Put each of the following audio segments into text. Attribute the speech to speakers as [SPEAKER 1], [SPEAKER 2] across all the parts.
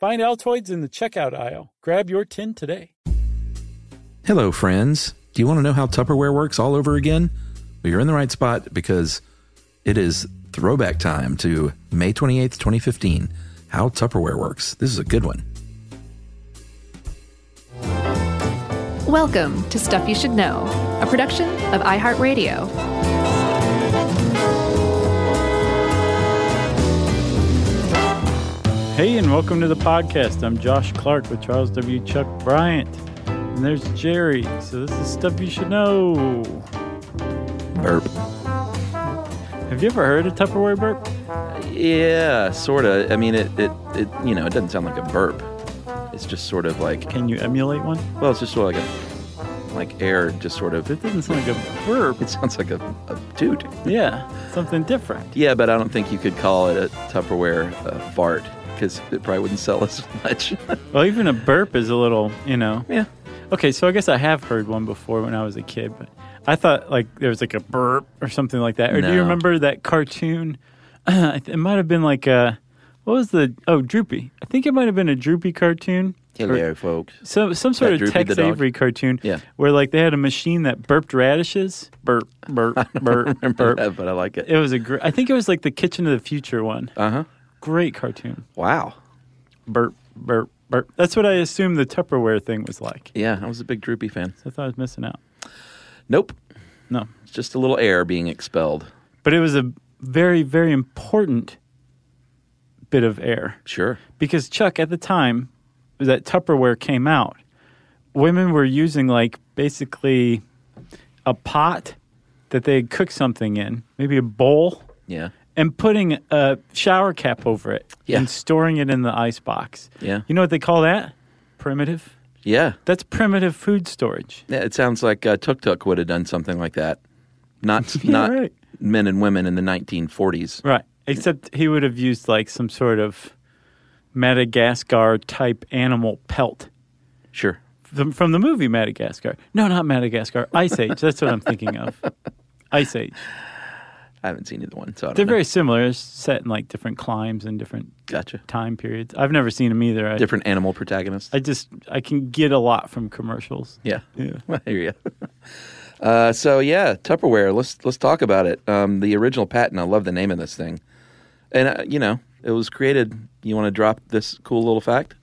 [SPEAKER 1] Find Altoids in the checkout aisle. Grab your tin today.
[SPEAKER 2] Hello, friends. Do you want to know how Tupperware works all over again? Well, you're in the right spot because it is throwback time to May 28th, 2015. How Tupperware works. This is a good one.
[SPEAKER 3] Welcome to Stuff You Should Know, a production of iHeartRadio.
[SPEAKER 1] Hey, and welcome to the podcast. I'm Josh Clark with Charles W. Chuck Bryant. And there's Jerry. So, this is stuff you should know.
[SPEAKER 2] Burp.
[SPEAKER 1] Have you ever heard a Tupperware burp?
[SPEAKER 2] Yeah, sort of. I mean, it, it, it, you know, it doesn't sound like a burp. It's just sort of like,
[SPEAKER 1] Can you emulate one?
[SPEAKER 2] well, it's just sort of like a, like air just sort of,
[SPEAKER 1] It doesn't sound like a burp.
[SPEAKER 2] it sounds like a, a toot.
[SPEAKER 1] Yeah, something different.
[SPEAKER 2] Yeah, but I don't think you could call it a Tupperware uh, fart because it probably wouldn't sell as much.
[SPEAKER 1] Well, even a burp is a little, you know.
[SPEAKER 2] yeah.
[SPEAKER 1] Okay, so I guess I have heard one before when I was a kid, but I thought like there was like a burp or something like that. Or do you
[SPEAKER 2] No.
[SPEAKER 1] remember that cartoon? I th- it might have been like a what was the oh Droopy? I think it might have been a Droopy cartoon.
[SPEAKER 2] Hello, folks.
[SPEAKER 1] So some sort
[SPEAKER 2] Yeah,
[SPEAKER 1] of
[SPEAKER 2] Droopy the
[SPEAKER 1] Tex
[SPEAKER 2] dog.
[SPEAKER 1] Avery cartoon.
[SPEAKER 2] Yeah.
[SPEAKER 1] Where like they had a machine that burped radishes. Burp, burp, burp, burp.
[SPEAKER 2] Uh, But I like it.
[SPEAKER 1] It was a great. I think it was like the Kitchen of the Future one.
[SPEAKER 2] Uh huh.
[SPEAKER 1] Great cartoon.
[SPEAKER 2] Wow.
[SPEAKER 1] Burp, burp, burp. That's what I assumed the Tupperware thing was like.
[SPEAKER 2] Yeah, I was a big Droopy fan.
[SPEAKER 1] I thought I was missing out.
[SPEAKER 2] Nope.
[SPEAKER 1] No,
[SPEAKER 2] It's just a little air being expelled.
[SPEAKER 1] but it was a very very important bit of air
[SPEAKER 2] Sure.
[SPEAKER 1] because chuck at the time that tupperware came out women were using like basically a pot that they had cooked something in maybe a bowl
[SPEAKER 2] Yeah.
[SPEAKER 1] and putting a shower cap over it
[SPEAKER 2] Yeah.
[SPEAKER 1] and storing it in the ice box
[SPEAKER 2] Yeah.
[SPEAKER 1] you know what they call that primitive
[SPEAKER 2] Yeah.
[SPEAKER 1] that's primitive food storage
[SPEAKER 2] Yeah, It sounds like uh, Tuk Tuk would have done something like that. Not not
[SPEAKER 1] right.
[SPEAKER 2] men and women in the 1940s.
[SPEAKER 1] Right. Except he would have used like some sort of Madagascar type animal pelt
[SPEAKER 2] Sure.
[SPEAKER 1] from, from the movie Madagascar. No, not Madagascar. Ice Age. That's what I'm thinking of. Ice Age.
[SPEAKER 2] I haven't seen either one, so I don't
[SPEAKER 1] They're
[SPEAKER 2] know.
[SPEAKER 1] very similar. It's set in like different climes and different
[SPEAKER 2] gotcha.
[SPEAKER 1] time periods. I've never seen them either. I,
[SPEAKER 2] Different animal protagonists.
[SPEAKER 1] I just I can get a lot from commercials.
[SPEAKER 2] Yeah.
[SPEAKER 1] Yeah.
[SPEAKER 2] I hear you. Uh, so yeah, Tupperware. Let's let's talk about it. Um, the original patent. I love the name of this thing, and uh, you know it was created. You want to drop this cool little fact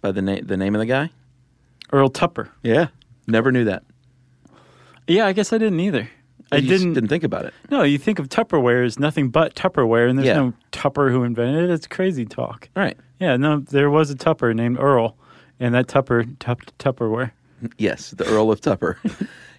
[SPEAKER 2] by the name the name of the guy?
[SPEAKER 1] Earl Tupper.
[SPEAKER 2] Yeah. Never knew that.
[SPEAKER 1] Yeah, I guess I didn't either. I
[SPEAKER 2] You just
[SPEAKER 1] didn't,
[SPEAKER 2] didn't think about it.
[SPEAKER 1] No, you think of Tupperware as nothing but Tupperware, and there's
[SPEAKER 2] Yeah.
[SPEAKER 1] no Tupper who invented it. It's crazy talk.
[SPEAKER 2] All right.
[SPEAKER 1] Yeah, no, there was a Tupper named Earl, and that Tupper tup, Tupperware.
[SPEAKER 2] Yes, the Earl of Tupper.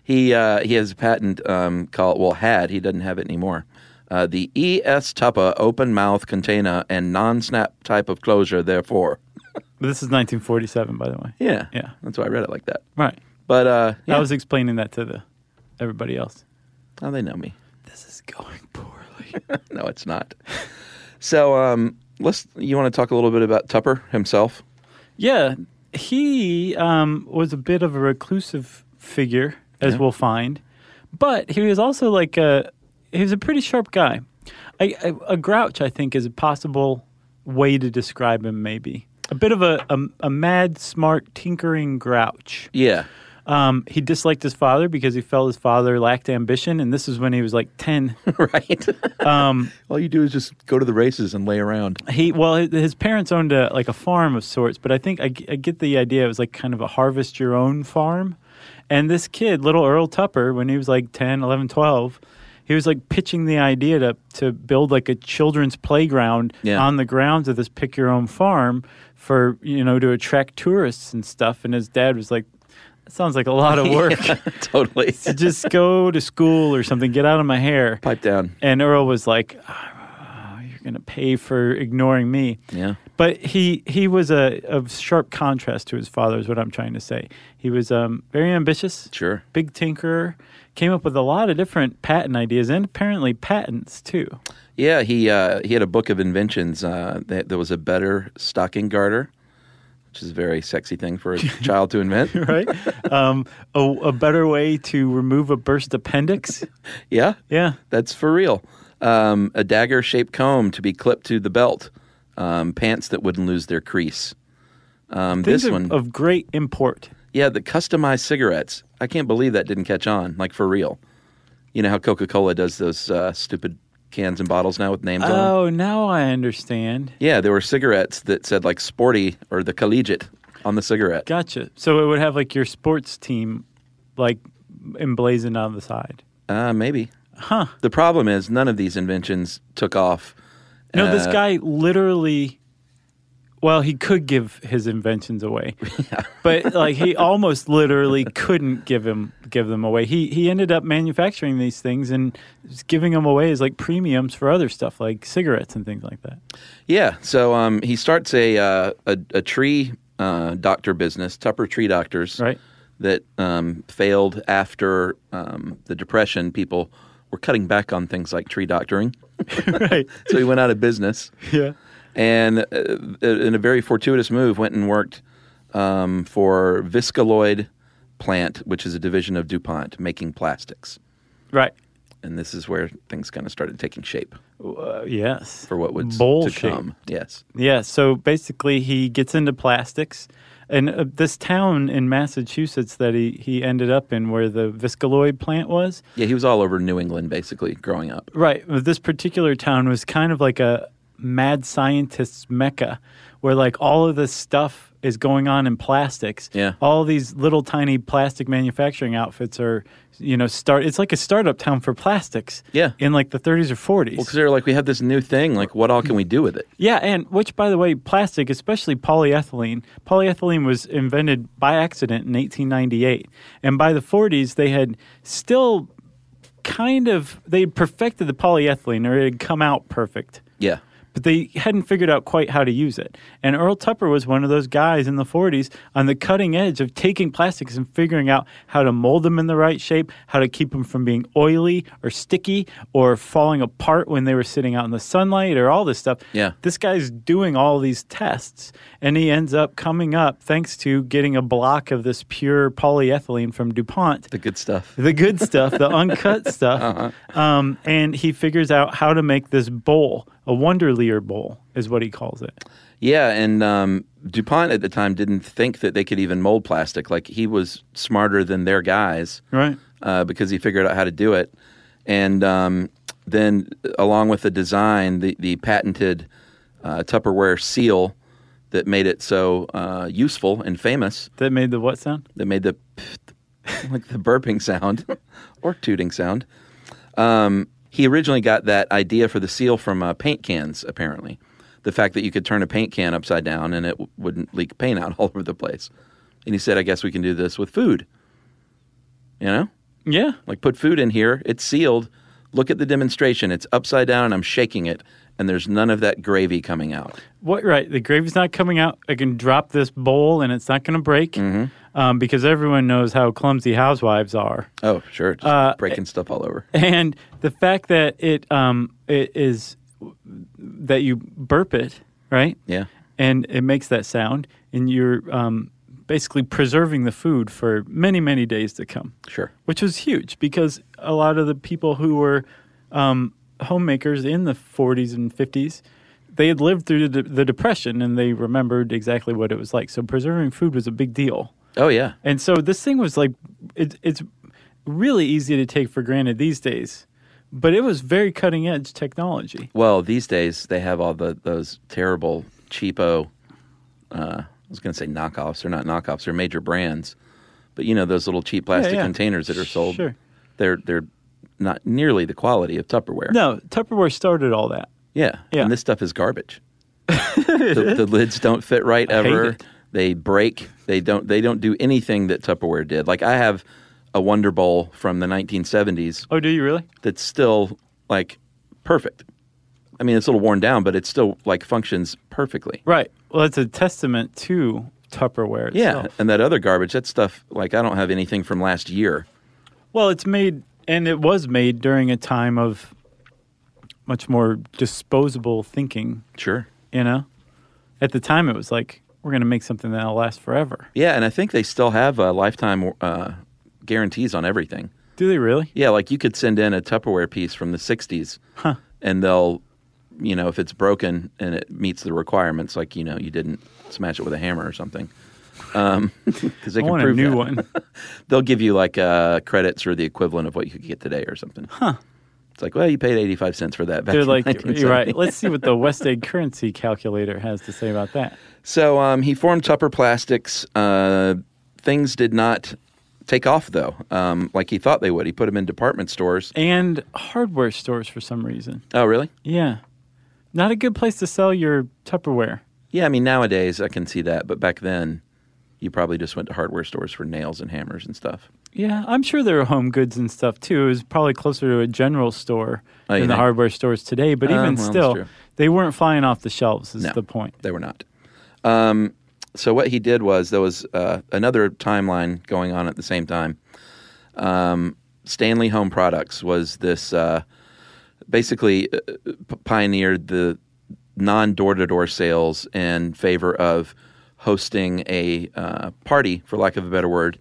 [SPEAKER 2] he uh, he has a patent um, called well had he doesn't have it anymore. Uh, the ES Tupper open mouth container and non snap type of closure. Therefore,
[SPEAKER 1] But this is 1947, by the way.
[SPEAKER 2] yeah,
[SPEAKER 1] Yeah.
[SPEAKER 2] that's why I read it like that.
[SPEAKER 1] Right.
[SPEAKER 2] But uh, yeah,
[SPEAKER 1] I was explaining that to the everybody else.
[SPEAKER 2] oh, they know me.
[SPEAKER 1] This is going poorly.
[SPEAKER 2] No, it's not. So um, let's. You want to talk a little bit about Tupper himself?
[SPEAKER 1] yeah, he um, was a bit of a reclusive figure, as we'll find, but he was also like a he was a pretty sharp guy. I, I, a grouch, I think, is a possible way to describe him. Maybe a bit of a, a, a mad, smart, tinkering grouch.
[SPEAKER 2] Yeah,
[SPEAKER 1] Um, he disliked his father because he felt his father lacked ambition, and this was when he was like ten.
[SPEAKER 2] right?
[SPEAKER 1] Um,
[SPEAKER 2] All you do is just go to the races and lay around.
[SPEAKER 1] he well, his, his parents owned a like a farm of sorts, but I think I, g- I get the idea. It was like kind of a harvest your own farm. And this kid, little Earl Tupper, when he was like 10, 11, 12, he was like pitching the idea to to build like a children's playground
[SPEAKER 2] Yeah.
[SPEAKER 1] on the grounds of this pick your own farm for you know to attract tourists and stuff. And his dad was like, "That sounds like a lot of work."
[SPEAKER 2] totally.
[SPEAKER 1] to just go to school or something, get out of my hair.
[SPEAKER 2] Pipe down.
[SPEAKER 1] And Earl was like, "Ah, "You're gonna pay for ignoring me."
[SPEAKER 2] Yeah.
[SPEAKER 1] But he he was a of sharp contrast to his father is what I'm trying to say. He was um, very ambitious,
[SPEAKER 2] Sure.
[SPEAKER 1] big tinkerer, came up with a lot of different patent ideas and apparently patents too.
[SPEAKER 2] Yeah, he uh, he had a book of inventions. Uh, that there was a better stocking garter, which is a very sexy thing for a child to invent.
[SPEAKER 1] Right? um, a, a better way to remove a burst appendix.
[SPEAKER 2] Yeah,
[SPEAKER 1] Yeah.
[SPEAKER 2] that's for real. Um, a dagger shaped comb to be clipped to the belt. Um, pants that wouldn't lose their crease. Um,
[SPEAKER 1] Things
[SPEAKER 2] this
[SPEAKER 1] of-
[SPEAKER 2] one,
[SPEAKER 1] of great import.
[SPEAKER 2] yeah, the customized cigarettes. I can't believe that didn't catch on. Like for real. You know how Coca Cola does those uh, stupid cans and bottles now with names on them.
[SPEAKER 1] Oh, now I understand.
[SPEAKER 2] Yeah, there were cigarettes that said like sporty or the collegiate on the cigarette.
[SPEAKER 1] Gotcha. So it would have like your sports team, like emblazoned on the side.
[SPEAKER 2] Uh, maybe. Huh. The problem is none of these inventions took off.
[SPEAKER 1] No, this
[SPEAKER 2] Uh,
[SPEAKER 1] guy literally. Well, he could give his inventions away, but like he almost literally couldn't give him give them away. He he ended up manufacturing these things and giving them away as like premiums for other stuff like cigarettes and things like that.
[SPEAKER 2] Yeah. So um, he starts a uh, a, a tree uh, doctor business, Tupper Tree Doctors,
[SPEAKER 1] Right.
[SPEAKER 2] That um, failed after um, the depression. People were cutting back on things like tree doctoring,
[SPEAKER 1] right.
[SPEAKER 2] so he went out of business.
[SPEAKER 1] Yeah.
[SPEAKER 2] and uh, in a very fortuitous move, went and worked um, for Viscaloid Plant, which is a division of DuPont, making plastics.
[SPEAKER 1] Right.
[SPEAKER 2] And this is where things kind of started taking shape
[SPEAKER 1] Uh, yes.
[SPEAKER 2] for what was
[SPEAKER 1] Bowl
[SPEAKER 2] to
[SPEAKER 1] shape.
[SPEAKER 2] come. Yes.
[SPEAKER 1] Yeah, so basically he gets into plastics. And uh, this town in Massachusetts that he, he ended up in, where the Viscaloid plant was,
[SPEAKER 2] Yeah, he was all over New England basically growing up.
[SPEAKER 1] right? but This particular town was kind of like a mad scientist's mecca, where like all of this stuff is going on in plastics.
[SPEAKER 2] Yeah.
[SPEAKER 1] all these little tiny plastic manufacturing outfits are, you know, start. It's like a startup town for plastics.
[SPEAKER 2] Yeah.
[SPEAKER 1] in like the 30s or 40s.
[SPEAKER 2] Because they were like, we have this new thing. Like, what all can we do with it?
[SPEAKER 1] Yeah, and which, by the way, plastic, especially polyethylene, polyethylene was invented by accident in 1898. And by the 40s, they had still kind of they had perfected the polyethylene, or it had come out perfect,
[SPEAKER 2] Yeah.
[SPEAKER 1] but they hadn't figured out quite how to use it. And Earl Tupper was one of those guys in the 40s on the cutting edge of taking plastics and figuring out how to mold them in the right shape, how to keep them from being oily or sticky or falling apart when they were sitting out in the sunlight or all this stuff
[SPEAKER 2] Yeah.
[SPEAKER 1] this guy's doing all these tests and he ends up coming up thanks to getting a block of this pure polyethylene from DuPont.
[SPEAKER 2] The good stuff.
[SPEAKER 1] The good stuff, the uncut stuff. Um, and he figures out how to make this bowl, a Wonderlier bowl is what he calls it.
[SPEAKER 2] Yeah. And um, DuPont at the time didn't think that they could even mold plastic. Like, he was smarter than their guys.
[SPEAKER 1] Right.
[SPEAKER 2] uh, because he figured out how to do it. And um, then, along with the design, the, the patented uh, Tupperware seal that made it so uh, useful and famous,
[SPEAKER 1] That made the what sound?
[SPEAKER 2] that made the like the burping sound or tooting sound. Um, he originally got that idea for the seal from uh, paint cans, apparently. The fact that you could turn a paint can upside down and it w- wouldn't leak paint out all over the place. And he said, I guess we can do this with food. You know?
[SPEAKER 1] Yeah.
[SPEAKER 2] Like put food in here, it's sealed. Look at the demonstration. It's upside down and I'm shaking it and there's none of that gravy coming out.
[SPEAKER 1] What right? The gravy's not coming out. I can drop this bowl and it's not going to break um, because everyone knows how clumsy housewives are.
[SPEAKER 2] Oh, sure. Just breaking stuff all over.
[SPEAKER 1] and the fact that it um it is that you burp it right
[SPEAKER 2] Yeah.
[SPEAKER 1] and it makes that sound and you're um basically preserving the food for many many days to come
[SPEAKER 2] Sure.
[SPEAKER 1] which was huge because a lot of the people who were um, homemakers in the 40s and 50s they had lived through the, the depression and they remembered exactly what it was like so preserving food was a big deal
[SPEAKER 2] Oh yeah.
[SPEAKER 1] And so this thing was like, it, it's really easy to take for granted these days, but it was very cutting edge technology.
[SPEAKER 2] Well, these days they have all the those terrible cheapo. Uh, I was going to say knockoffs. They're not knockoffs. They're major brands, but you know those little cheap plastic
[SPEAKER 1] yeah.
[SPEAKER 2] containers that are sold.
[SPEAKER 1] Sure.
[SPEAKER 2] They're they're not nearly the quality of Tupperware.
[SPEAKER 1] No, Tupperware started all that.
[SPEAKER 2] Yeah.
[SPEAKER 1] Yeah.
[SPEAKER 2] And this stuff is garbage. the, the lids don't fit right
[SPEAKER 1] hate
[SPEAKER 2] ever.
[SPEAKER 1] it.
[SPEAKER 2] They break. They don't. They don't do anything that Tupperware did. Like I have a Wonder Bowl from the 1970s
[SPEAKER 1] Oh, do you really?
[SPEAKER 2] that's still like perfect. I mean, it's a little worn down, but it still like functions perfectly.
[SPEAKER 1] Right. Well, it's a testament to Tupperware.
[SPEAKER 2] Yeah.
[SPEAKER 1] Itself.
[SPEAKER 2] And that other garbage, that stuff. Like I don't have anything from last year.
[SPEAKER 1] Well, it's made, and it was made during a time of much more disposable thinking,
[SPEAKER 2] Sure.
[SPEAKER 1] you know? At the time, it was like, we're going to make something that'll last forever.
[SPEAKER 2] Yeah, and I think they still have uh, lifetime uh, guarantees on everything.
[SPEAKER 1] Do they really?
[SPEAKER 2] Yeah, like you could send in a Tupperware piece from the 60s, and they'll, you know, if it's broken and it meets the requirements, like, you know, you didn't smash it with a hammer or something. Because they
[SPEAKER 1] I
[SPEAKER 2] can
[SPEAKER 1] want a
[SPEAKER 2] prove
[SPEAKER 1] new
[SPEAKER 2] that.
[SPEAKER 1] one.
[SPEAKER 2] They'll give you like uh, credits or the equivalent of what you could get today or something. Huh. It's like, well, you paid 85 cents for that back
[SPEAKER 1] They're
[SPEAKER 2] in
[SPEAKER 1] like,
[SPEAKER 2] 1970.
[SPEAKER 1] you're right. Let's see what the West Egg currency calculator has to say about that.
[SPEAKER 2] So um, he formed Tupper Plastics. Uh, things did not take off, though, um, like he thought they would. He put them in department stores.
[SPEAKER 1] And hardware stores for some reason.
[SPEAKER 2] Oh, really?
[SPEAKER 1] Yeah. Not a good place to sell your Tupperware.
[SPEAKER 2] Yeah, I mean nowadays I can see that, but back then you probably just went to hardware stores for nails and hammers and stuff.
[SPEAKER 1] Yeah, I'm sure there are home goods and stuff too. It was probably closer to a general store
[SPEAKER 2] Oh, you
[SPEAKER 1] than the
[SPEAKER 2] think?
[SPEAKER 1] hardware stores today. But
[SPEAKER 2] Oh, well,
[SPEAKER 1] even
[SPEAKER 2] that's
[SPEAKER 1] still,
[SPEAKER 2] true.
[SPEAKER 1] they weren't flying off the shelves. Is
[SPEAKER 2] No.
[SPEAKER 1] the point?
[SPEAKER 2] They were not. Um, so what he did was there was uh, another timeline going on at the same time. Um, Stanley Home Products was this uh, basically uh, p- pioneered the non door to door sales in favor of hosting a uh, party, for lack of a better word,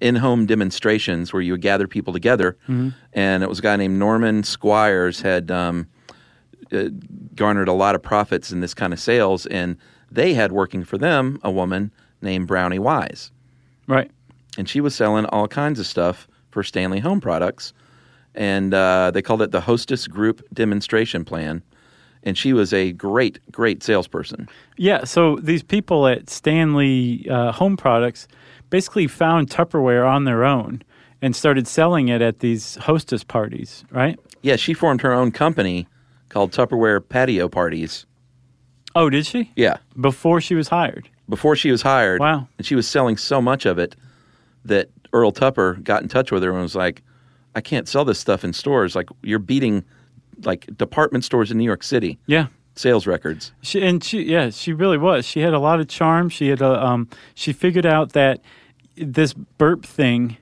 [SPEAKER 2] in home demonstrations where you would gather people together. And it was a guy named Norman Squires had um, uh, garnered a lot of profits in this kind of sales. And they had working for them a woman named Brownie Wise
[SPEAKER 1] Right.
[SPEAKER 2] and she was selling all kinds of stuff for Stanley Home Products, and uh, they called it the Hostess Group Demonstration Plan. And she was a great, great salesperson.
[SPEAKER 1] Yeah. So these people at Stanley uh, Home Products basically found Tupperware on their own and started selling it at these hostess parties. Right.
[SPEAKER 2] Yeah, she formed her own company called Tupperware Patio Parties.
[SPEAKER 1] Oh, did she?
[SPEAKER 2] Yeah,
[SPEAKER 1] Before she was hired.
[SPEAKER 2] before she was hired.
[SPEAKER 1] Wow.
[SPEAKER 2] And she was selling so much of it that Earl Tupper got in touch with her and was like, "I can't sell this stuff in stores. Like you're beating like department stores in New York City
[SPEAKER 1] Yeah.
[SPEAKER 2] sales records."
[SPEAKER 1] She, and she, yeah, she really was. She had a lot of charm. She had a, um, she figured out that this burp thing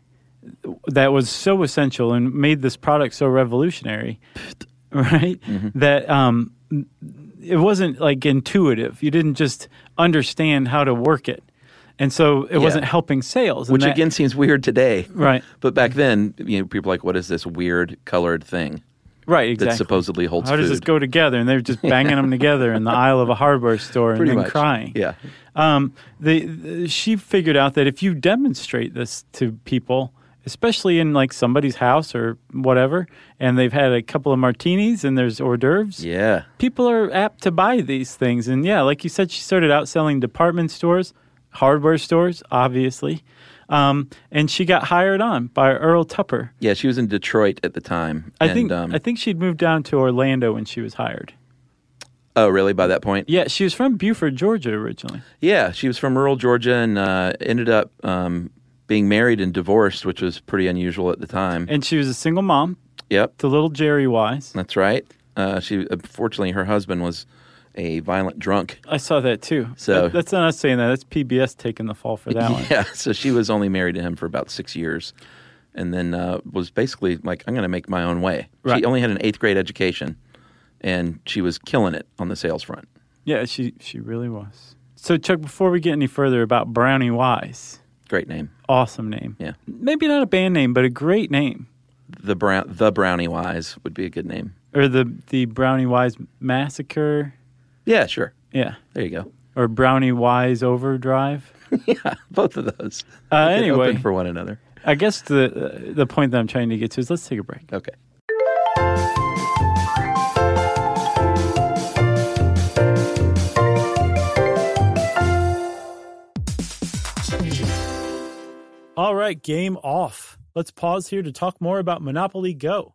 [SPEAKER 1] that was so essential and made this product so revolutionary, right?
[SPEAKER 2] Mm-hmm.
[SPEAKER 1] That um, it wasn't like intuitive. You didn't just understand how to work it, and so it wasn't helping sales. and
[SPEAKER 2] Which
[SPEAKER 1] that-
[SPEAKER 2] again seems weird today.
[SPEAKER 1] right,
[SPEAKER 2] But back then, you know, people were like, what is this weird colored thing
[SPEAKER 1] right,
[SPEAKER 2] that
[SPEAKER 1] exactly.
[SPEAKER 2] supposedly holds
[SPEAKER 1] how
[SPEAKER 2] food?
[SPEAKER 1] does this go together? And they're just banging them together in the aisle of a hardware store and
[SPEAKER 2] Pretty
[SPEAKER 1] then
[SPEAKER 2] much.
[SPEAKER 1] crying.
[SPEAKER 2] Yeah.
[SPEAKER 1] um, the, the- she figured out that if you demonstrate this to people, especially in like somebody's house or whatever, and they've had a couple of martinis and there's hors d'oeuvres,
[SPEAKER 2] Yeah.
[SPEAKER 1] people are apt to buy these things. And yeah, like you said, she started out selling department stores, hardware stores, obviously, um, and she got hired on by Earl Tupper.
[SPEAKER 2] Yeah, she was in Detroit at the time.
[SPEAKER 1] I
[SPEAKER 2] and,
[SPEAKER 1] think
[SPEAKER 2] um,
[SPEAKER 1] I think she'd moved down to Orlando when she was hired.
[SPEAKER 2] Oh, really? By that point?
[SPEAKER 1] Yeah, she was from Buford, Georgia originally.
[SPEAKER 2] Yeah, she was from rural Georgia and uh, ended up um, being married and divorced, which was pretty unusual at the time.
[SPEAKER 1] And she was a single mom
[SPEAKER 2] yep.
[SPEAKER 1] to little Jerry Wise.
[SPEAKER 2] That's right. Uh, she Unfortunately, her husband was a violent drunk.
[SPEAKER 1] I saw that too.
[SPEAKER 2] So-
[SPEAKER 1] That- that's not us saying that. That's PBS taking the fall for that one.
[SPEAKER 2] Yeah, so she was only married to him for about six years, and then uh, was basically like, "I'm going to make my own way."
[SPEAKER 1] Right.
[SPEAKER 2] She only had an eighth grade education, and she was killing it on the sales front.
[SPEAKER 1] Yeah, she she really was. So Chuck, before we get any further about Brownie Wise,
[SPEAKER 2] Great name,
[SPEAKER 1] awesome name.
[SPEAKER 2] yeah.
[SPEAKER 1] Maybe not a band name, but a great name.
[SPEAKER 2] The brown, the Brownie Wise would be a good name.
[SPEAKER 1] Or the the Brownie Wise Massacre.
[SPEAKER 2] Yeah, sure.
[SPEAKER 1] Yeah.
[SPEAKER 2] There you go.
[SPEAKER 1] Or Brownie Wise Overdrive.
[SPEAKER 4] yeah, both of those.
[SPEAKER 1] Uh,
[SPEAKER 4] Get
[SPEAKER 1] anyway,
[SPEAKER 4] open for one another.
[SPEAKER 1] I guess the the point that I'm trying to get to is let's take a break.
[SPEAKER 4] Okay.
[SPEAKER 1] All right, game off. Let's pause here to talk more about Monopoly Go.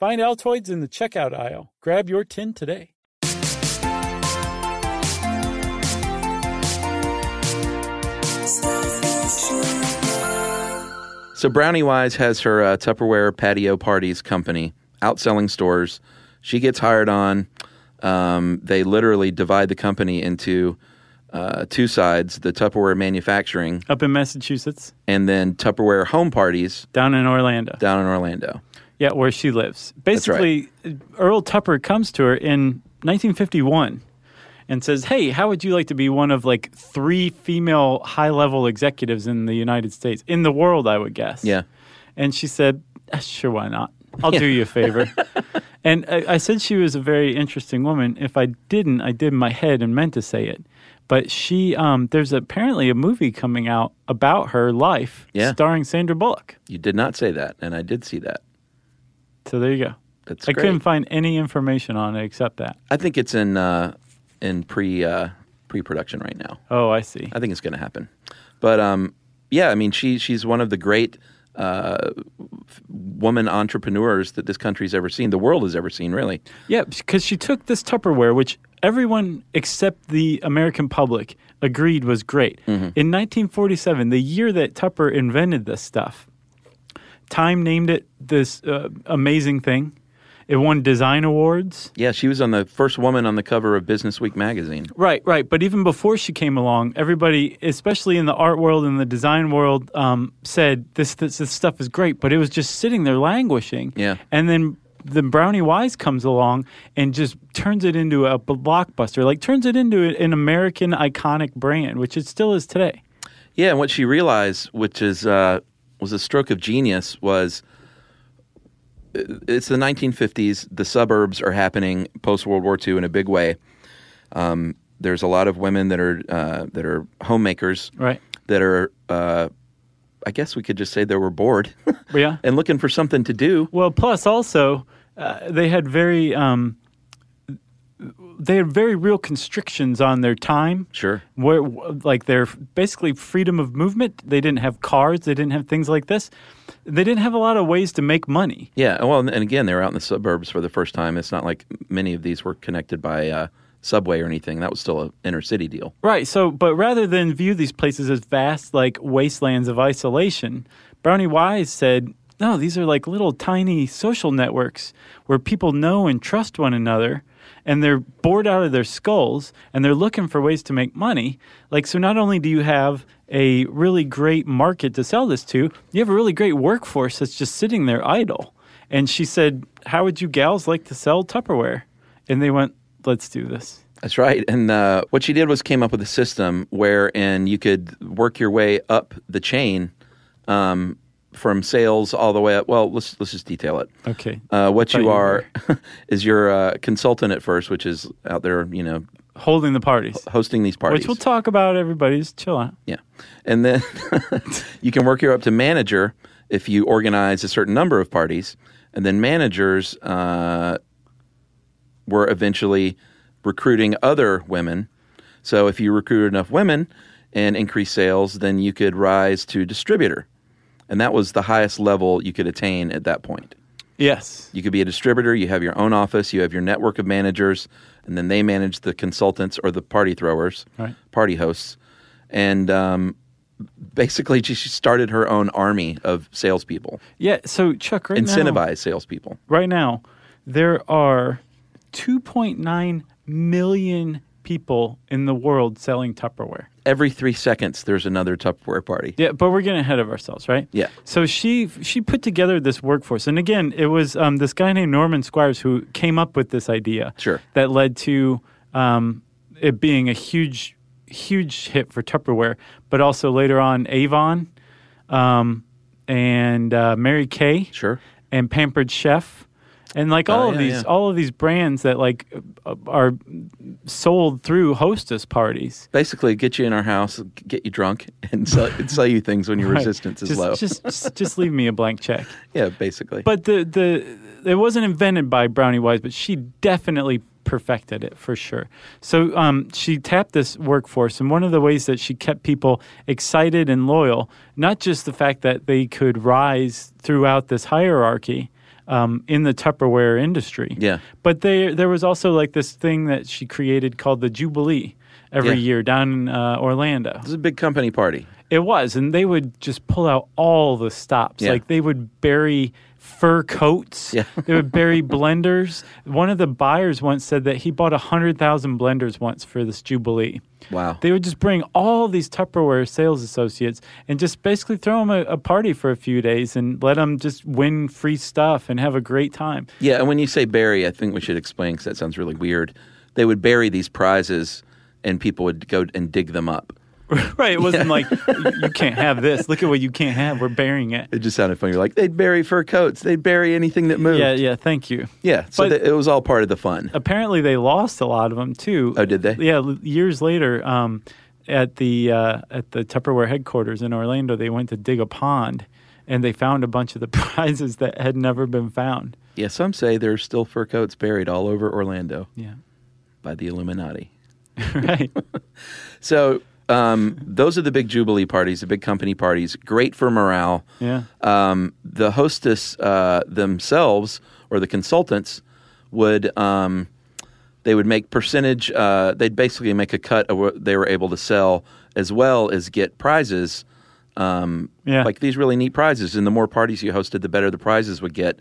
[SPEAKER 1] Find Altoids in the checkout aisle. Grab your tin today.
[SPEAKER 4] So Brownie Wise has her uh, Tupperware patio parties company outselling stores. She gets hired on. Um, they literally divide the company into uh, two sides: the Tupperware manufacturing
[SPEAKER 1] Up in Massachusetts,
[SPEAKER 4] and then Tupperware home parties
[SPEAKER 1] down in Orlando.
[SPEAKER 4] down in Orlando.
[SPEAKER 1] Yeah, where she lives.
[SPEAKER 4] right.
[SPEAKER 1] Basically, Earl Tupper comes to her in 1951 and says, "Hey, how would you like to be one of like three female high-level executives in the United States, in the world, I would guess?"
[SPEAKER 4] Yeah,
[SPEAKER 1] And she said, "Ah, Sure, why not? I'll do you a favor. and I, I said she was a very interesting woman. If I didn't, I did in my head and meant to say it. But she, um, there's apparently a movie coming out about her life
[SPEAKER 4] Yeah.
[SPEAKER 1] starring Sandra Bullock.
[SPEAKER 4] you did not say that, and I did see that.
[SPEAKER 1] So there you go.
[SPEAKER 4] That's
[SPEAKER 1] I
[SPEAKER 4] great.
[SPEAKER 1] couldn't find any information on it except that.
[SPEAKER 4] I think it's in uh, in pre uh, pre production right now.
[SPEAKER 1] Oh, I see.
[SPEAKER 4] I think it's going to happen. But um, yeah, I mean, she she's one of the great uh, f- woman entrepreneurs that this country's ever seen, the world has ever seen, really.
[SPEAKER 1] Yeah, because she took this Tupperware, which everyone except the American public agreed was great.
[SPEAKER 4] Mm-hmm.
[SPEAKER 1] In 1947, the year that Tupper invented this stuff, Time named it this uh, amazing thing. It won design awards.
[SPEAKER 4] Yeah, she was on the first woman on the cover of Business Week magazine.
[SPEAKER 1] Right, right. But even before she came along, everybody, especially in the art world and the design world, um, said this, this this stuff is great. But it was just sitting there languishing.
[SPEAKER 4] Yeah.
[SPEAKER 1] And then then Brownie Wise comes along and just turns it into a blockbuster, like turns it into an American iconic brand, which it still is today.
[SPEAKER 4] Yeah, and what she realized, which is uh, was a stroke of genius, was uh, it's the 1950s. The suburbs are happening post World War II in a big way. Um, there's a lot of women that are uh, that are homemakers,
[SPEAKER 1] Right.
[SPEAKER 4] That are, uh, I guess we could just say they were bored
[SPEAKER 1] Yeah.
[SPEAKER 4] and looking for something to do.
[SPEAKER 1] Well, plus also, uh, they had very um, they had very real constrictions on their time.
[SPEAKER 4] Sure.
[SPEAKER 1] where w- like their basically freedom of movement. They didn't have cars. They didn't have things like this. They didn't have a lot of ways to make money.
[SPEAKER 4] Yeah. Well, and and again, they were out in the suburbs for the first time. It's not like many of these were connected by uh, subway or anything. That was still an inner city deal.
[SPEAKER 1] Right. So, but rather than view these places as vast like wastelands of isolation, Brownie Wise said, "No, these are like little tiny social networks where people know and trust one another." And they're bored out of their skulls and they're looking for ways to make money. Like, so not only do you have a really great market to sell this to, you have a really great workforce that's just sitting there idle. And she said, How would you gals like to sell Tupperware? And they went, Let's do this.
[SPEAKER 4] That's right. And uh, what she did was came up with a system wherein you could work your way up the chain um, from sales all the way up. Well, let's let's just detail it.
[SPEAKER 1] Okay.
[SPEAKER 4] Uh, what
[SPEAKER 1] Thought
[SPEAKER 4] you
[SPEAKER 1] you
[SPEAKER 4] are is your uh, consultant at first, which is out there, you know,
[SPEAKER 1] Holding the parties,
[SPEAKER 4] hosting these parties.
[SPEAKER 1] which we'll talk about. Everybody's chill out.
[SPEAKER 4] Yeah. And then you can work your way up to manager if you organize a certain number of parties. And then managers uh, were eventually recruiting other women. So if you recruit enough women and increase sales, then you could rise to distributor. And that was the highest level you could attain at that point.
[SPEAKER 1] Yes.
[SPEAKER 4] You could be a distributor, you have your own office, you have your network of managers, and then they manage the consultants or the party throwers,
[SPEAKER 1] Right.
[SPEAKER 4] party hosts. And um, basically, she she started her own army of salespeople,
[SPEAKER 1] Yeah. So Chuck, right now,
[SPEAKER 4] incentivized salespeople.
[SPEAKER 1] right now, there are 2.9 million people in the world selling Tupperware.
[SPEAKER 4] Every three seconds, there's another Tupperware party.
[SPEAKER 1] Yeah, but we're getting ahead of ourselves, right?
[SPEAKER 4] Yeah.
[SPEAKER 1] So she she put together this workforce, and again, it was um, this guy named Norman Squires who came up with this idea.
[SPEAKER 4] Sure.
[SPEAKER 1] That led to um, it being a huge huge hit for Tupperware, but also later on Avon, um, and uh, Mary Kay.
[SPEAKER 4] Sure.
[SPEAKER 1] And Pampered Chef. And like all
[SPEAKER 4] Oh,
[SPEAKER 1] of
[SPEAKER 4] yeah,
[SPEAKER 1] these,
[SPEAKER 4] yeah.
[SPEAKER 1] all of these brands that like uh, are sold through hostess parties.
[SPEAKER 4] Basically, get you in our house, get you drunk, and sell, and sell you things when your
[SPEAKER 1] Right.
[SPEAKER 4] resistance is
[SPEAKER 1] Just-
[SPEAKER 4] low.
[SPEAKER 1] Just, just, just leave me a blank check.
[SPEAKER 4] yeah, basically.
[SPEAKER 1] But the the it wasn't invented by Brownie Wise, but she definitely perfected it for sure. So um, she tapped this workforce, and one of the ways that she kept people excited and loyal, not just the fact that they could rise throughout this hierarchy. Um, in the Tupperware industry,
[SPEAKER 4] Yeah.
[SPEAKER 1] but there there was also like this thing that she created called the Jubilee every
[SPEAKER 4] Yeah.
[SPEAKER 1] year down in uh, Orlando.
[SPEAKER 4] it was a big company party.
[SPEAKER 1] It was, and they would just pull out all the stops.
[SPEAKER 4] Yeah.
[SPEAKER 1] Like they would bury fur coats.
[SPEAKER 4] Yeah.
[SPEAKER 1] they would bury blenders. One of the buyers once said that he bought hundred thousand blenders once for this jubilee.
[SPEAKER 4] Wow.
[SPEAKER 1] They would just bring all these Tupperware sales associates and just basically throw them a, a party for a few days and let them just win free stuff and have a great time.
[SPEAKER 4] Yeah, and when you say bury, I think we should explain because that sounds really weird. They would bury these prizes, and people would go and dig them up.
[SPEAKER 1] right? It wasn't like you can't have this. Look at what you can't have. We're burying it.
[SPEAKER 4] It just sounded funny. You're like they'd bury fur coats, they'd bury anything that moved.
[SPEAKER 1] Yeah, yeah. Thank you.
[SPEAKER 4] yeah. So
[SPEAKER 1] But- Uh,
[SPEAKER 4] th- it was all part of the fun.
[SPEAKER 1] apparently they lost a lot of them too.
[SPEAKER 4] Oh, did they?
[SPEAKER 1] Yeah, l- years later, um, at the uh, at the Tupperware headquarters in Orlando, they went to dig a pond, and they found a bunch of the prizes that had never been found.
[SPEAKER 4] Yeah, some say there's still fur coats buried all over Orlando
[SPEAKER 1] Yeah,
[SPEAKER 4] by the Illuminati.
[SPEAKER 1] right.
[SPEAKER 4] So um, those are the big jubilee parties, the big company parties. Great for morale.
[SPEAKER 1] Yeah,
[SPEAKER 4] um, the hostess uh, themselves or the consultants would um, they would make percentage uh, they'd basically make a cut of what they were able to sell as well as get prizes um,
[SPEAKER 1] Yeah.
[SPEAKER 4] like these really neat prizes and the more parties you hosted the better the prizes would get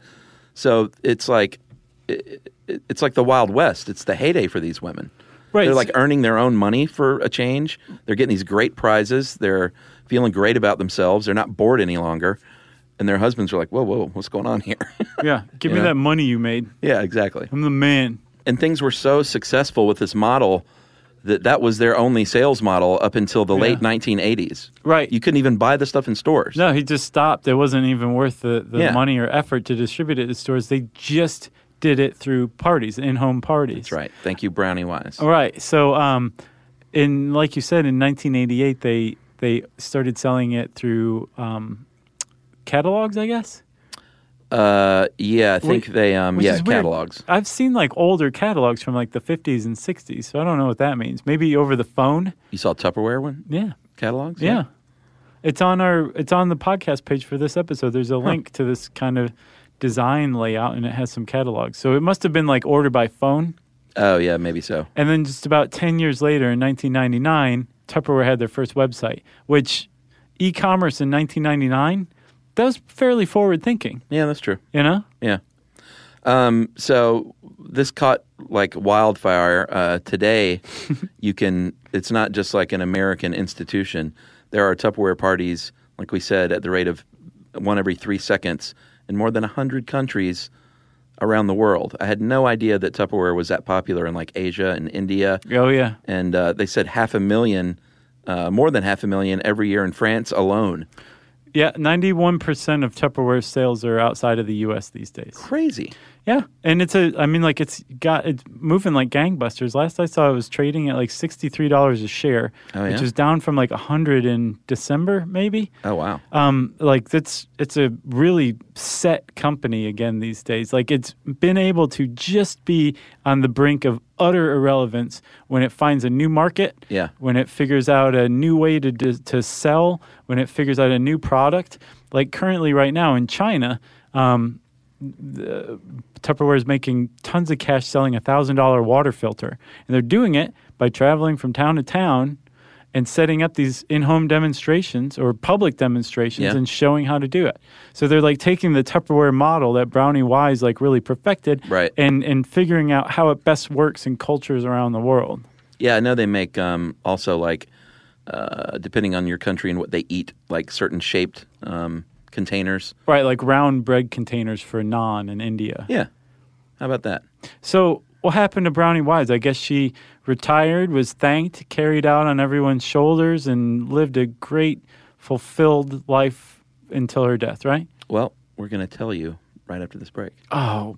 [SPEAKER 4] so it's like it, it, it's like the wild west it's the heyday for these women
[SPEAKER 1] Right.
[SPEAKER 4] they're like earning their own money for a change. They're getting these great prizes. They're feeling great about themselves. They're not bored any longer. And their husbands are like, whoa, whoa, what's going on here?
[SPEAKER 1] yeah. Give me
[SPEAKER 4] Yeah.
[SPEAKER 1] that money you made.
[SPEAKER 4] yeah, exactly.
[SPEAKER 1] I'm the man.
[SPEAKER 4] And things were so successful with this model that that was their only sales model up until the late 1980s.
[SPEAKER 1] Right.
[SPEAKER 4] You couldn't even buy the stuff in stores.
[SPEAKER 1] No, he just stopped. It wasn't even worth the, the
[SPEAKER 4] Yeah.
[SPEAKER 1] money or effort to distribute it to stores. They just did it through parties, in home parties.
[SPEAKER 4] That's right. Thank you, Brownie Wise.
[SPEAKER 1] All right. So, um, in like you said, in 1988, they they started selling it through um, catalogs, I guess.
[SPEAKER 4] Uh, yeah, I think
[SPEAKER 1] Wait,
[SPEAKER 4] they, um,
[SPEAKER 1] Which
[SPEAKER 4] yeah,
[SPEAKER 1] is weird.
[SPEAKER 4] catalogs.
[SPEAKER 1] I've seen like older catalogs from like the 50s and 60s, so I don't know what that means. Maybe over the phone.
[SPEAKER 4] You saw Tupperware one?
[SPEAKER 1] Yeah,
[SPEAKER 4] Catalogs?
[SPEAKER 1] yeah. It's on our it's on the podcast page for this episode. There's a link to this kind of design layout, and it has some catalogs. So it must have been like order by phone.
[SPEAKER 4] Oh, yeah, maybe so.
[SPEAKER 1] And then just about 10 years later in 1999, Tupperware had their first website, which e commerce in 1999, that was fairly forward thinking,
[SPEAKER 4] Yeah, that's true.
[SPEAKER 1] you know?
[SPEAKER 4] Yeah. Um, so this caught like wildfire. Uh, today, you can. It's not just like an American institution. There are Tupperware parties, like we said, at the rate of one every three seconds in more than hundred countries around the world. I had no idea that Tupperware was that popular in like Asia and India,
[SPEAKER 1] Oh, yeah.
[SPEAKER 4] and uh, they said half a million, uh, more than half a million every year in France alone.
[SPEAKER 1] Yeah, 91% of Tupperware sales are outside of the US these days.
[SPEAKER 4] Crazy.
[SPEAKER 1] Yeah, and it's a I mean like it's got it's moving like gangbusters. Last I saw it was trading at like $63 a share,
[SPEAKER 4] Oh, yeah?
[SPEAKER 1] which is down from like 100 in December maybe.
[SPEAKER 4] Oh wow.
[SPEAKER 1] Um like that's it's a really set company again these days. Like it's been able to just be on the brink of utter irrelevance when it finds a new market
[SPEAKER 4] Yeah.
[SPEAKER 1] when it figures out a new way to, to, to sell, when it figures out a new product. Like currently, right now in China, um, the, Tupperware is making tons of cash selling a thousand dollar water filter, and they're doing it by traveling from town to town and setting up these in-home demonstrations or public demonstrations
[SPEAKER 4] Yeah.
[SPEAKER 1] and showing how to do it. So they're like taking the Tupperware model that Brownie Wise like really perfected
[SPEAKER 4] Right.
[SPEAKER 1] and and figuring out how it best works in cultures around the world.
[SPEAKER 4] Yeah, I know they make um, also like uh, depending on your country and what they eat, like certain shaped um, containers.
[SPEAKER 1] Right, like round bread containers for naan in India.
[SPEAKER 4] Yeah. How about that?
[SPEAKER 1] So, what happened to Brownie Wise? I guess she retired, was thanked, carried out on everyone's shoulders, and lived a great, fulfilled life until her death, right?
[SPEAKER 4] Well, we're going to tell you right after this break.
[SPEAKER 1] Oh,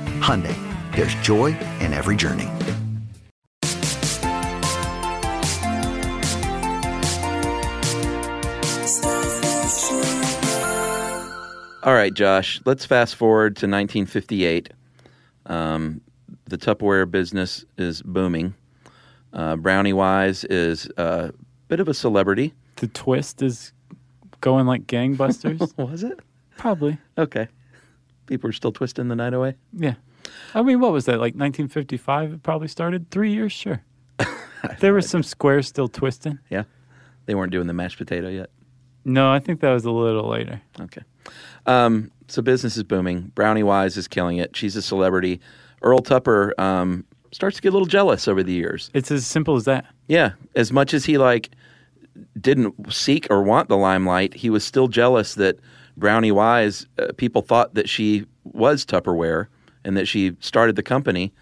[SPEAKER 5] Hyundai, there's joy in every journey.
[SPEAKER 4] All right, Josh, let's fast forward to 1958. Um, the Tupperware business is booming. Uh, Brownie Wise is a bit of a celebrity.
[SPEAKER 1] The twist is going like gangbusters.
[SPEAKER 4] Was it?
[SPEAKER 1] Probably.
[SPEAKER 4] Okay. People are still twisting the night away.
[SPEAKER 1] Yeah. I mean, what was that? Like 1955 it probably started? Three years? Sure. there were some squares still twisting.
[SPEAKER 4] Yeah. They weren't doing the mashed potato yet.
[SPEAKER 1] No, I think that was a little later.
[SPEAKER 4] Okay. Um, so business is booming. Brownie Wise is killing it. She's a celebrity. Earl Tupper um, starts to get a little jealous over the years.
[SPEAKER 1] It's as simple as that.
[SPEAKER 4] Yeah, as much as he like didn't seek or want the limelight, he was still jealous that Brownie Wise uh, people thought that she was Tupperware and that she started the company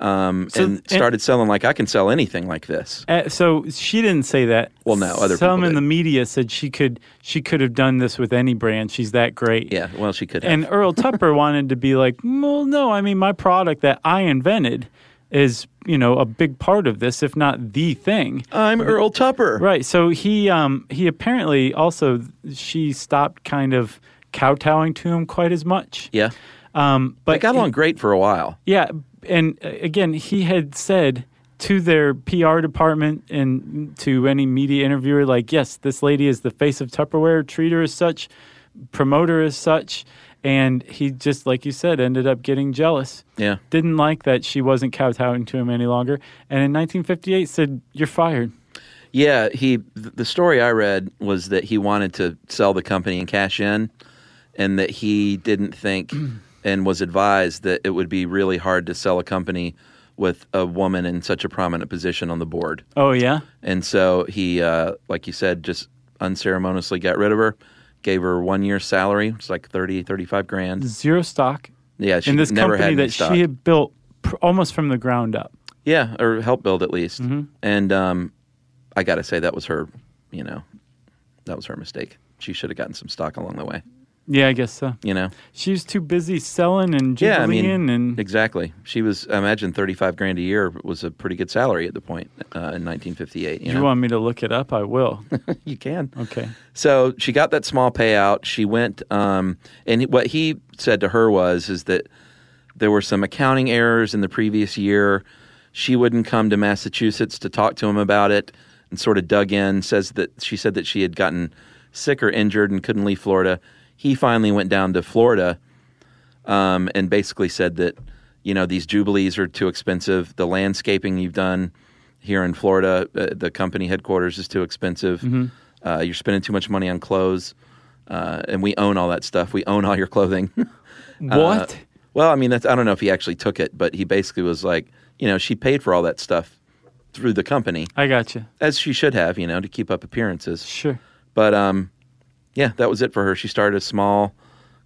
[SPEAKER 4] um,
[SPEAKER 1] So-
[SPEAKER 4] and
[SPEAKER 1] and-
[SPEAKER 4] started selling like I can sell anything like this.
[SPEAKER 1] Uh, so she didn't say that.
[SPEAKER 4] Well, no, other
[SPEAKER 1] some
[SPEAKER 4] people
[SPEAKER 1] in
[SPEAKER 4] did.
[SPEAKER 1] the media said she could she could have done this with any brand. She's that great.
[SPEAKER 4] Yeah, well, she could. Have.
[SPEAKER 1] And Earl Tupper wanted to be like, well, no, I mean, my product that I invented is you know a big part of this, if not the thing.
[SPEAKER 4] I'm Earl Tupper.
[SPEAKER 1] Right. So he um he apparently also she stopped kind of kowtowing to him quite as much.
[SPEAKER 4] Yeah,
[SPEAKER 1] Um, but
[SPEAKER 4] they got along great for a while.
[SPEAKER 1] yeah, and uh, again, he had said to their PR department and to any media interviewer, like, yes, this lady is the face of Tupperware, treat her as such, promote her as such. And he just, like you said, ended up getting jealous.
[SPEAKER 4] Yeah.
[SPEAKER 1] Didn't like that she wasn't kowtowing to him any longer. And in 1958 said, you're fired.
[SPEAKER 4] Yeah, he. th- The story I read was that he wanted to sell the company and cash in, and that he didn't think and was advised that it would be really hard to sell a company with a woman in such a prominent position on the board.
[SPEAKER 1] Oh, yeah?
[SPEAKER 4] And so he, uh, like you said, just unceremoniously got rid of her, gave her one year's salary, it's like 30, 35 grand.
[SPEAKER 1] Zero stock
[SPEAKER 4] Yeah, she
[SPEAKER 1] in this
[SPEAKER 4] never
[SPEAKER 1] company
[SPEAKER 4] had any
[SPEAKER 1] that
[SPEAKER 4] stock.
[SPEAKER 1] she had built pr- almost from the ground up.
[SPEAKER 4] Yeah, or help build at least.
[SPEAKER 1] Mm-hmm.
[SPEAKER 4] And um, I got to say that was her, you know, that was her mistake. She should have gotten some stock along the way,
[SPEAKER 1] Yeah, I guess so.
[SPEAKER 4] you know.
[SPEAKER 1] She was too busy selling and
[SPEAKER 4] Yeah, I
[SPEAKER 1] jubileeing
[SPEAKER 4] mean,
[SPEAKER 1] and
[SPEAKER 4] exactly. She was. I imagine thirty-five grand a year was a pretty good salary at the point uh, in nineteen fifty-eight. You,
[SPEAKER 1] You
[SPEAKER 4] know?
[SPEAKER 1] want me to look it up? I will.
[SPEAKER 4] you can.
[SPEAKER 1] Okay.
[SPEAKER 4] So she got that small payout. She went, um, and he- what he said to her was, is that there were some accounting errors in the previous year. She wouldn't come to Massachusetts to talk to him about it, and sort of dug in. Says that she said that she had gotten sick or injured and couldn't leave Florida. He finally went down to Florida, um, and basically said that you know these jubilees are too expensive. The landscaping you've done here in Florida, uh, the company headquarters is too expensive. Uh, you're spending too much money on clothes, uh, and we own all that stuff. We own all your clothing.
[SPEAKER 1] What?
[SPEAKER 4] Uh, well, I mean, that's I don't know if he actually took it, but he basically was like, you know, she paid for all that stuff through the company
[SPEAKER 1] I got you.
[SPEAKER 4] as she should have, you know, to keep up appearances.
[SPEAKER 1] Sure.
[SPEAKER 4] But um, yeah, that was it for her. She started a small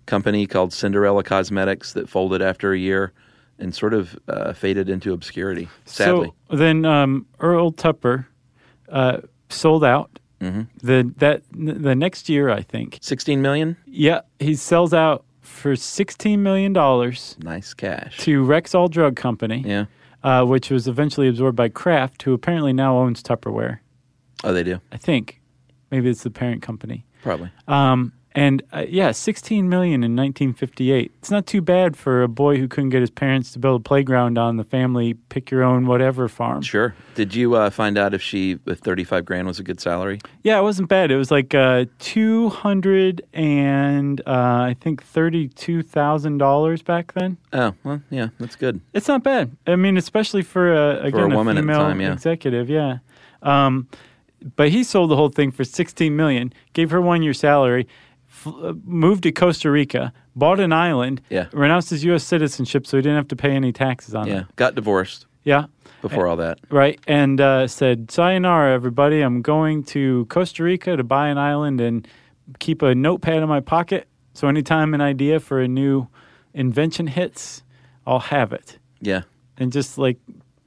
[SPEAKER 4] company called Cinderella Cosmetics that folded after a year and sort of uh, faded into obscurity. Sadly,
[SPEAKER 1] So then um, Earl Tupper uh, sold out.
[SPEAKER 4] Mm-hmm.
[SPEAKER 1] The that the next year, I think.
[SPEAKER 4] sixteen million,
[SPEAKER 1] Yeah, he sells out for sixteen million dollars
[SPEAKER 4] nice cash.
[SPEAKER 1] to Rexall Drug Company,
[SPEAKER 4] Yeah.
[SPEAKER 1] uh, which was eventually absorbed by Kraft, who apparently now owns Tupperware.
[SPEAKER 4] Oh, they do
[SPEAKER 1] I think maybe it's the parent company.
[SPEAKER 4] probably.
[SPEAKER 1] Um, and uh, yeah, 16 million in 1958. It's not too bad for a boy who couldn't get his parents to build a playground on the family pick your own whatever farm.
[SPEAKER 4] Sure. Did you uh, find out if she if thirty five grand was a good salary?
[SPEAKER 1] Yeah, it wasn't bad. It was like uh, 200 and uh, I think 32 thousand dollars back then.
[SPEAKER 4] Oh, well, yeah, that's good.
[SPEAKER 1] It's not bad. I mean, especially for a again a,
[SPEAKER 4] woman at the
[SPEAKER 1] female
[SPEAKER 4] time, yeah.
[SPEAKER 1] executive. Yeah. Um, but he sold the whole thing for sixteen million. Gave her one year salary. F- uh, moved to Costa Rica. Bought an island.
[SPEAKER 4] Yeah.
[SPEAKER 1] Renounced his U.S. citizenship, so he didn't have to pay any taxes on
[SPEAKER 4] Yeah,
[SPEAKER 1] it.
[SPEAKER 4] got divorced
[SPEAKER 1] Yeah.
[SPEAKER 4] before all that.
[SPEAKER 1] Right. And uh, said, "Sayonara, everybody. I'm going to Costa Rica to buy an island and keep a notepad in my pocket. So anytime an idea for a new invention hits, I'll have it."
[SPEAKER 4] Yeah,
[SPEAKER 1] and just like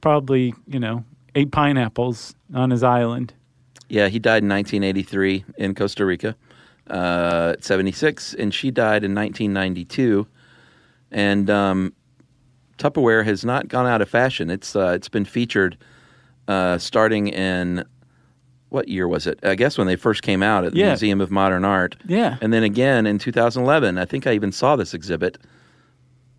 [SPEAKER 1] probably you know eight pineapples on his island.
[SPEAKER 4] yeah. He died in 1983 in Costa Rica. uh, at 76, and she died in 1992. And um, Tupperware has not gone out of fashion. It's uh, it's been featured uh, starting in what year was it? I guess when they first came out at the
[SPEAKER 1] Yeah.
[SPEAKER 4] Museum of Modern Art.
[SPEAKER 1] Yeah.
[SPEAKER 4] And then again in 2011, I think I even saw this exhibit.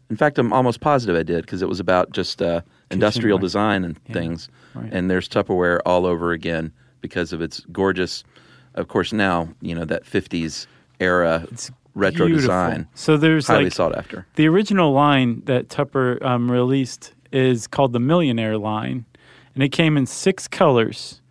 [SPEAKER 4] In fact, I'm almost positive I did because it was about just uh, industrial
[SPEAKER 1] ware.
[SPEAKER 4] design and things. And there's Tupperware all over again because of its gorgeous, of course, now, you know, that 50s era retro
[SPEAKER 1] Beautiful.
[SPEAKER 4] design.
[SPEAKER 1] So there's
[SPEAKER 4] highly
[SPEAKER 1] like
[SPEAKER 4] sought after.
[SPEAKER 1] the original line that Tupper um, released is called the Millionaire line, and it came in six colors,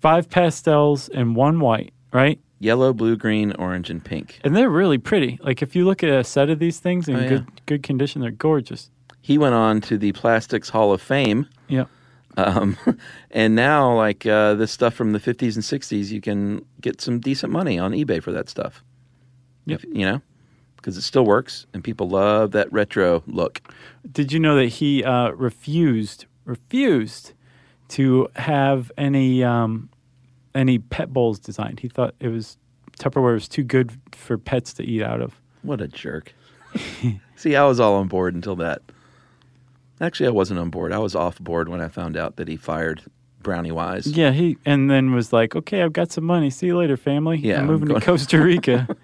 [SPEAKER 1] five pastels and one white, right?
[SPEAKER 4] Yellow, blue, green, orange, and pink.
[SPEAKER 1] And they're really pretty. Like if you look at a set of these things in
[SPEAKER 4] Oh, yeah.
[SPEAKER 1] good good condition, they're gorgeous.
[SPEAKER 4] He went on to the Plastics Hall of Fame.
[SPEAKER 1] Yeah.
[SPEAKER 4] Um, and now, like uh, this stuff from the 50s and 60s, you can get some decent money on eBay for that stuff.
[SPEAKER 1] Yep.
[SPEAKER 4] If- you know, because it still works and people love that retro look.
[SPEAKER 1] Did you know that he uh, refused refused to have any um, any pet bowls designed? He thought it was Tupperware was too good for pets to eat out of.
[SPEAKER 4] What a jerk. See, I was all on board until that. Actually, I wasn't on board. I was off board when I found out that he fired Brownie Wise.
[SPEAKER 1] Yeah, he and then was like, "Okay, I've got some money. See you later, family.
[SPEAKER 4] Yeah,
[SPEAKER 1] I'm
[SPEAKER 4] I'm
[SPEAKER 1] moving
[SPEAKER 4] going-
[SPEAKER 1] to Costa Rica."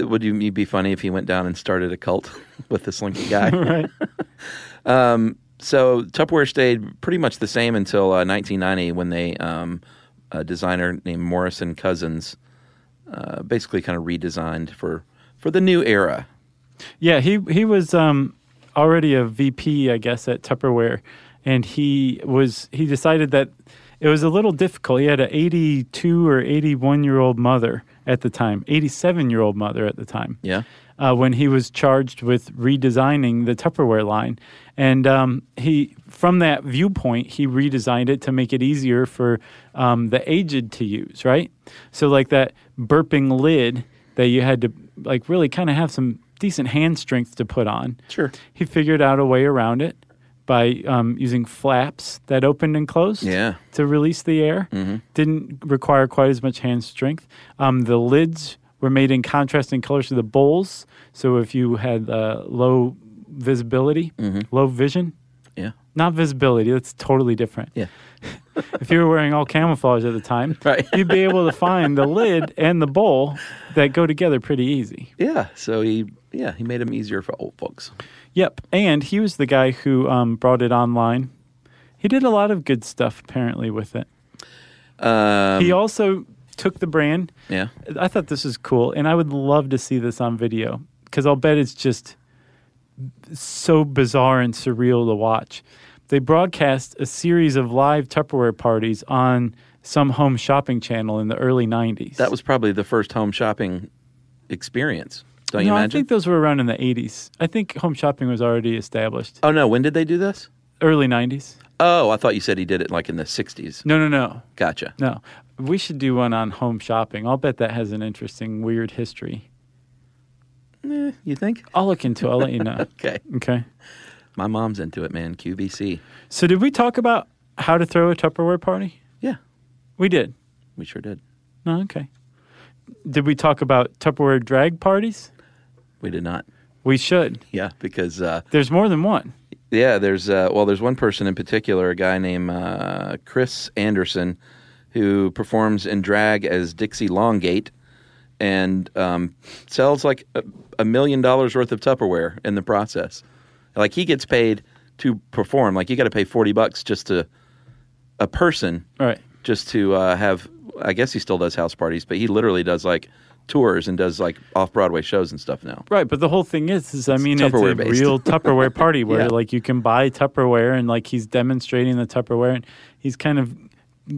[SPEAKER 4] Would you it'd be funny if he went down and started a cult with this slinky guy? Um,
[SPEAKER 1] right?
[SPEAKER 4] so Tupperware stayed pretty much the same until uh, 1990 when they um, a designer named Morrison Cousins uh, basically kind of redesigned for for the new era.
[SPEAKER 1] Yeah, he he was um, already a VP, I guess, at Tupperware, and he was he decided that it was a little difficult. He had an 82 or 81 year old mother at the time, 87 year old mother at the time.
[SPEAKER 4] Yeah.
[SPEAKER 1] uh, when he was charged with redesigning the Tupperware line. And um, he, from that viewpoint, he redesigned it to make it easier for um, the aged to use, right? So, like that burping lid that you had to, like, really kind of have some decent hand strength to put on.
[SPEAKER 4] Sure.
[SPEAKER 1] He figured out a way around it by um, using flaps that opened and closed
[SPEAKER 4] Yeah. Mm-hmm.
[SPEAKER 1] to release the air. Didn't require quite as much hand strength. Um, the lids were made in contrasting colors to the bowls. So if you had uh, low visibility,
[SPEAKER 4] Mm-hmm.
[SPEAKER 1] low vision,
[SPEAKER 4] Yeah.
[SPEAKER 1] not visibility, that's totally different.
[SPEAKER 4] Yeah.
[SPEAKER 1] If you were wearing all camouflage at the time,
[SPEAKER 4] Right.
[SPEAKER 1] you'd be able to find the lid and the bowl that go together pretty easy.
[SPEAKER 4] Yeah. So he yeah, he made them easier for old folks.
[SPEAKER 1] Yep. And he was the guy who um, brought it online. He did a lot of good stuff apparently with it.
[SPEAKER 4] Um,
[SPEAKER 1] he also took the brand.
[SPEAKER 4] yeah.
[SPEAKER 1] I thought this was cool, and I would love to see this on video because I'll bet it's just so bizarre and surreal to watch. They broadcast a series of live Tupperware parties on some home shopping channel in the early 90s.
[SPEAKER 4] That was probably the first home shopping experience. Don't you
[SPEAKER 1] no, I
[SPEAKER 4] imagine?
[SPEAKER 1] think those were around in the 80s. I think home shopping was already established.
[SPEAKER 4] oh no, when did they do this?
[SPEAKER 1] Early 90s?
[SPEAKER 4] Oh, I thought you said he did it like in the 60s.
[SPEAKER 1] No, no, no.
[SPEAKER 4] Gotcha.
[SPEAKER 1] No. We should do one on home shopping. I'll bet that has an interesting, weird history.
[SPEAKER 4] You think?
[SPEAKER 1] I'll look into it. I'll let you know.
[SPEAKER 4] Okay.
[SPEAKER 1] Okay.
[SPEAKER 4] My mom's into it, man. QVC.
[SPEAKER 1] So, did we talk about how to throw a Tupperware party?
[SPEAKER 4] Yeah,
[SPEAKER 1] We did.
[SPEAKER 4] we sure did.
[SPEAKER 1] No, okay. Did we talk about Tupperware drag parties?
[SPEAKER 4] We did not.
[SPEAKER 1] We should.
[SPEAKER 4] Yeah, because uh,
[SPEAKER 1] There's more than one.
[SPEAKER 4] yeah, there's uh, well, there's one person in particular, a guy named uh, Chris Anderson, who performs in drag as Dixie Longgate, and um, sells like a, a million dollars worth of Tupperware in the process. Like he gets paid to perform. Like you got to pay forty bucks just to a person
[SPEAKER 1] All right.
[SPEAKER 4] just to uh, have. I guess he still does house parties, but he literally does like tours and does like off Broadway shows and stuff now.
[SPEAKER 1] Right, but the whole thing is, is I mean, it's, a
[SPEAKER 4] Tupperware-based.
[SPEAKER 1] real Tupperware party where
[SPEAKER 4] Yeah.
[SPEAKER 1] like you can buy Tupperware and like he's demonstrating the Tupperware and he's kind of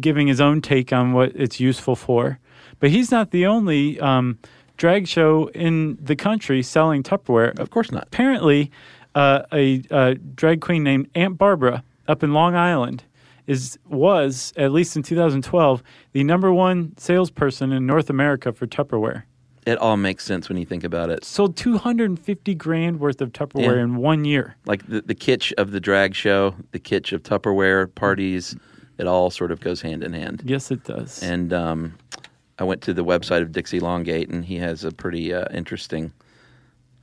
[SPEAKER 1] giving his own take on what it's useful for. But he's not the only um, drag show in the country selling Tupperware.
[SPEAKER 4] Of course not.
[SPEAKER 1] apparently uh, a, uh drag queen named Aunt Barbara up in Long Island is was at least in 2012 the number one salesperson in North America for Tupperware.
[SPEAKER 4] It all makes sense when you think about it.
[SPEAKER 1] Sold 250 grand worth of Tupperware
[SPEAKER 4] Yeah.
[SPEAKER 1] in one year.
[SPEAKER 4] Like the, the kitsch of the drag show, the kitsch of Tupperware parties, it all sort of goes hand in hand.
[SPEAKER 1] Yes, it does.
[SPEAKER 4] And um, I I went to the website of Dixie Longate, and he has a pretty uh, interesting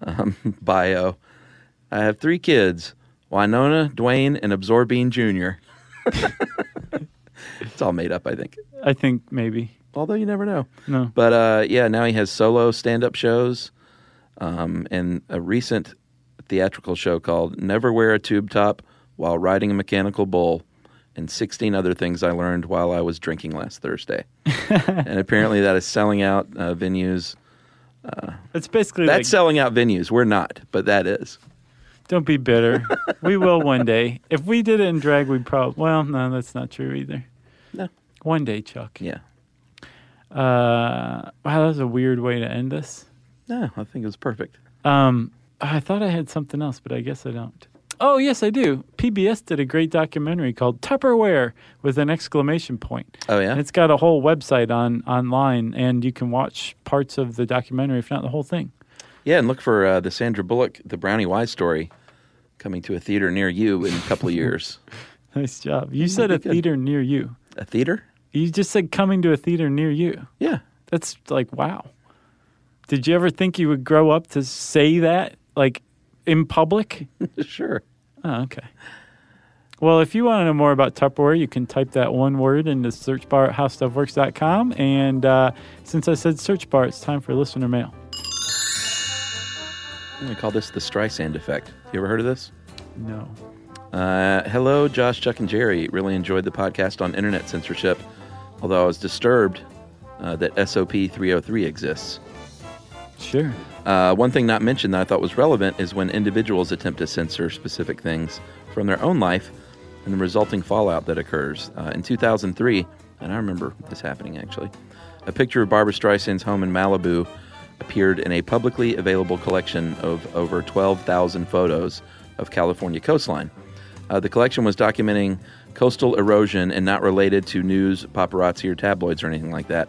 [SPEAKER 4] um, bio. I have three kids: Winona, Dwayne, and Absorbine Junior. it's all made up, I think.
[SPEAKER 1] I think maybe.
[SPEAKER 4] Although you never know.
[SPEAKER 1] No.
[SPEAKER 4] But uh, yeah, now he has solo stand-up shows, um, and a recent theatrical show called "Never Wear a Tube Top While Riding a Mechanical Bull," and 16 other things I learned while I was drinking last Thursday. and apparently, that is selling out uh, venues.
[SPEAKER 1] It's basically
[SPEAKER 4] That's
[SPEAKER 1] like,
[SPEAKER 4] selling out venues. We're not, but that is.
[SPEAKER 1] don't be bitter. we will one day. If we did it in drag, we'd probably. Well, no, that's not true either.
[SPEAKER 4] No.
[SPEAKER 1] One day, Chuck.
[SPEAKER 4] Yeah.
[SPEAKER 1] Uh, wow, that was a weird way to end this.
[SPEAKER 4] No, I think it was perfect.
[SPEAKER 1] Um, I thought I had something else, but I guess I don't. Oh, yes, I do. PBS did a great documentary called Tupperware with an exclamation point.
[SPEAKER 4] Oh, yeah?
[SPEAKER 1] And it's got a whole website on online, and you can watch parts of the documentary, if not the whole thing.
[SPEAKER 4] Yeah, and look for uh, the Sandra Bullock, the Brownie Wise story, coming to a theater near you in a couple of years.
[SPEAKER 1] Nice job. You said a
[SPEAKER 4] good.
[SPEAKER 1] theater near you.
[SPEAKER 4] A theater?
[SPEAKER 1] You just said coming to a theater near you.
[SPEAKER 4] Yeah.
[SPEAKER 1] That's like, wow. Did you ever think you would grow up to say that, like in public?
[SPEAKER 4] sure.
[SPEAKER 1] Oh, okay. Well, if you want to know more about Tupperware, you can type that one word in the search bar at howstuffworks.com. And uh, since I said search bar, it's time for listener mail.
[SPEAKER 4] I'm going to call this the Streisand effect. You ever heard of this?
[SPEAKER 1] No.
[SPEAKER 4] Uh, hello, Josh, Chuck, and Jerry. Really enjoyed the podcast on internet censorship, although I was disturbed uh, that SOP 303 exists.
[SPEAKER 1] Sure.
[SPEAKER 4] Uh, one thing not mentioned that I thought was relevant is when individuals attempt to censor specific things from their own life and the resulting fallout that occurs. Uh, in 2003, and I remember this happening actually, a picture of Barbara Streisand's home in Malibu appeared in a publicly available collection of over 12,000 photos of California coastline. Uh, the collection was documenting coastal erosion and not related to news, paparazzi, or tabloids or anything like that.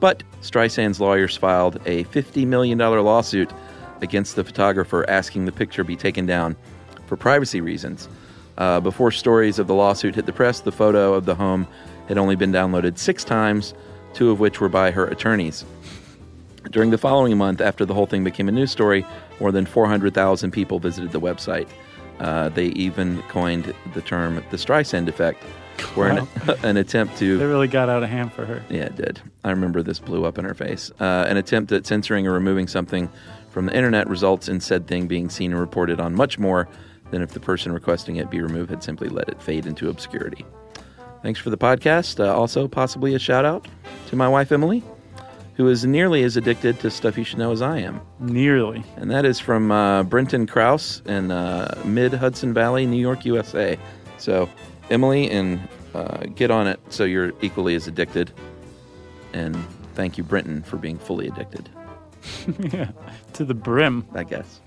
[SPEAKER 4] But Streisand's lawyers filed a $50 million lawsuit against the photographer asking the picture be taken down for privacy reasons. Uh, before stories of the lawsuit hit the press, the photo of the home had only been downloaded six times, two of which were by her attorneys. During the following month, after the whole thing became a news story, more than 400,000 people visited the website. Uh, they even coined the term the Streisand effect, where an, an attempt to.
[SPEAKER 1] They really got out of hand for her.
[SPEAKER 4] Yeah, it did. I remember this blew up in her face. Uh, an attempt at censoring or removing something from the internet results in said thing being seen and reported on much more than if the person requesting it be removed had simply let it fade into obscurity. Thanks for the podcast. Uh, also, possibly a shout out to my wife, Emily, who is nearly as addicted to stuff you should know as I am.
[SPEAKER 1] Nearly.
[SPEAKER 4] And that is from uh, Brenton Kraus in uh, mid Hudson Valley, New York, USA. So, Emily, and uh, get on it so you're equally as addicted. And thank you, Brenton, for being fully addicted,
[SPEAKER 1] yeah. To the brim.
[SPEAKER 4] I guess.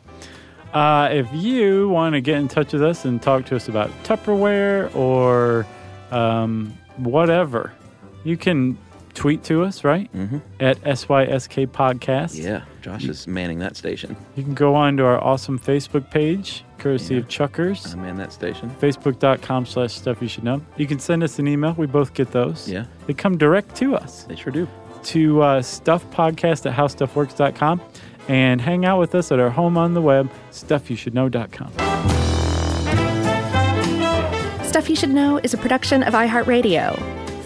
[SPEAKER 1] Uh, if you want to get in touch with us and talk to us about Tupperware or um, whatever, you can tweet to us, right? Mm-hmm. At SYSK Podcast.
[SPEAKER 4] Yeah, Josh is manning that station.
[SPEAKER 1] You can go on to our awesome Facebook page, courtesy
[SPEAKER 4] Yeah.
[SPEAKER 1] of Chuckers.
[SPEAKER 4] I man that station.
[SPEAKER 1] Facebook.com slash stuff you should know. You can send us an email. We both get those.
[SPEAKER 4] Yeah.
[SPEAKER 1] They come direct to us
[SPEAKER 4] They sure do.
[SPEAKER 1] to uh, stuffpodcast at howstuffworks.com and hang out with us at our home on the web, stuffyoushouldknow.com.
[SPEAKER 3] Stuff You Should Know is a production of iHeartRadio.